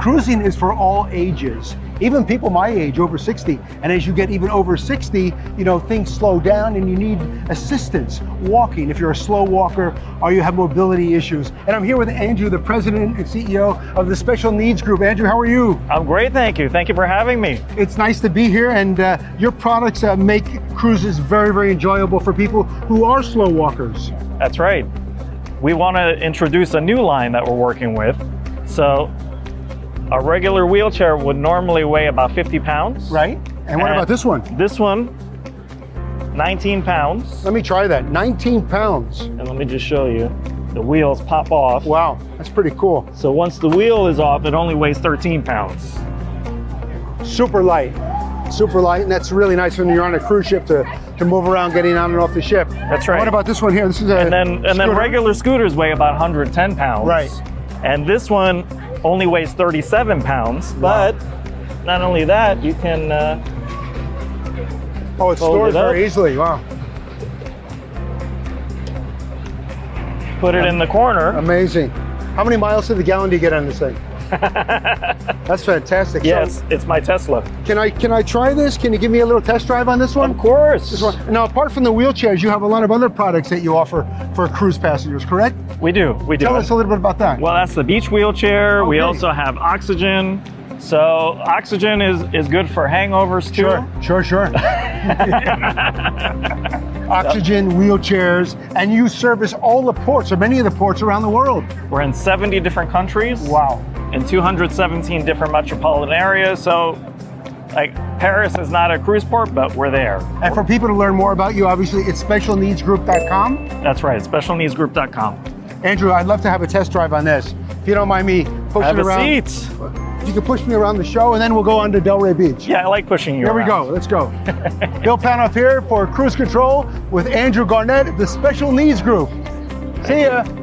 Cruising is for all ages, even people my age, over 60. And as you get even over 60, you know, things slow down and you need assistance walking. If you're a slow walker or you have mobility issues. And I'm here with Andrew, the president and CEO of the Special Needs Group. Andrew, how are you? I'm great, thank you. Thank you for having me. It's nice to be here, and uh, your products uh, make cruises very, very enjoyable for people who are slow walkers. That's right. We want to introduce a new line that we're working with. So, a regular wheelchair would normally weigh about 50 pounds. Right? And what And- about this one? This one, 19 pounds. Let me try that. 19 pounds. And let me just show you. The wheels pop off. Wow, that's pretty cool. So once the wheel is off, it only weighs 13 pounds. Super light. Super light, and that's really nice when you're on a cruise ship to, to move around getting on and off the ship. That's right. What about this one here? This is a And then and then scooter. regular scooters weigh about 110 pounds. Right. And this one only weighs 37 pounds. But not only that, you can uh, Oh, it's fold stored it up. very easily. Wow. put it in the corner. Amazing. How many miles to the gallon do you get on this thing? That's fantastic. So, Yes, it's my Tesla. can I can I try this? Can you give me a little test drive on this one? Of course. This one. Now, apart from the wheelchairs, you have a lot of other products that you offer for cruise passengers, correct? We do. We do. Tell us a little bit about that. Well, that's the beach wheelchair. We Okay. also have oxygen. So oxygen is is good for hangovers too. Sure, sure. Oxygen, wheelchairs, and you service all the ports or many of the ports around the world. We're in 70 different countries. Wow. In 217 different metropolitan areas. So like Paris is not a cruise port, but we're there. And for people to learn more about you, obviously it's specialneedsgroup.com. That's right. Specialneedsgroup.com. Andrew, I'd love to have a test drive on this. If you don't mind me pushing Have a around. seat. If you could push me around the show, and then we'll go on to Delray Beach. Yeah, I like pushing you. Here we go. around. Let's go. Bill Panoff here for Cruise Control with Andrew Garnett, the Special Needs Group. See ya.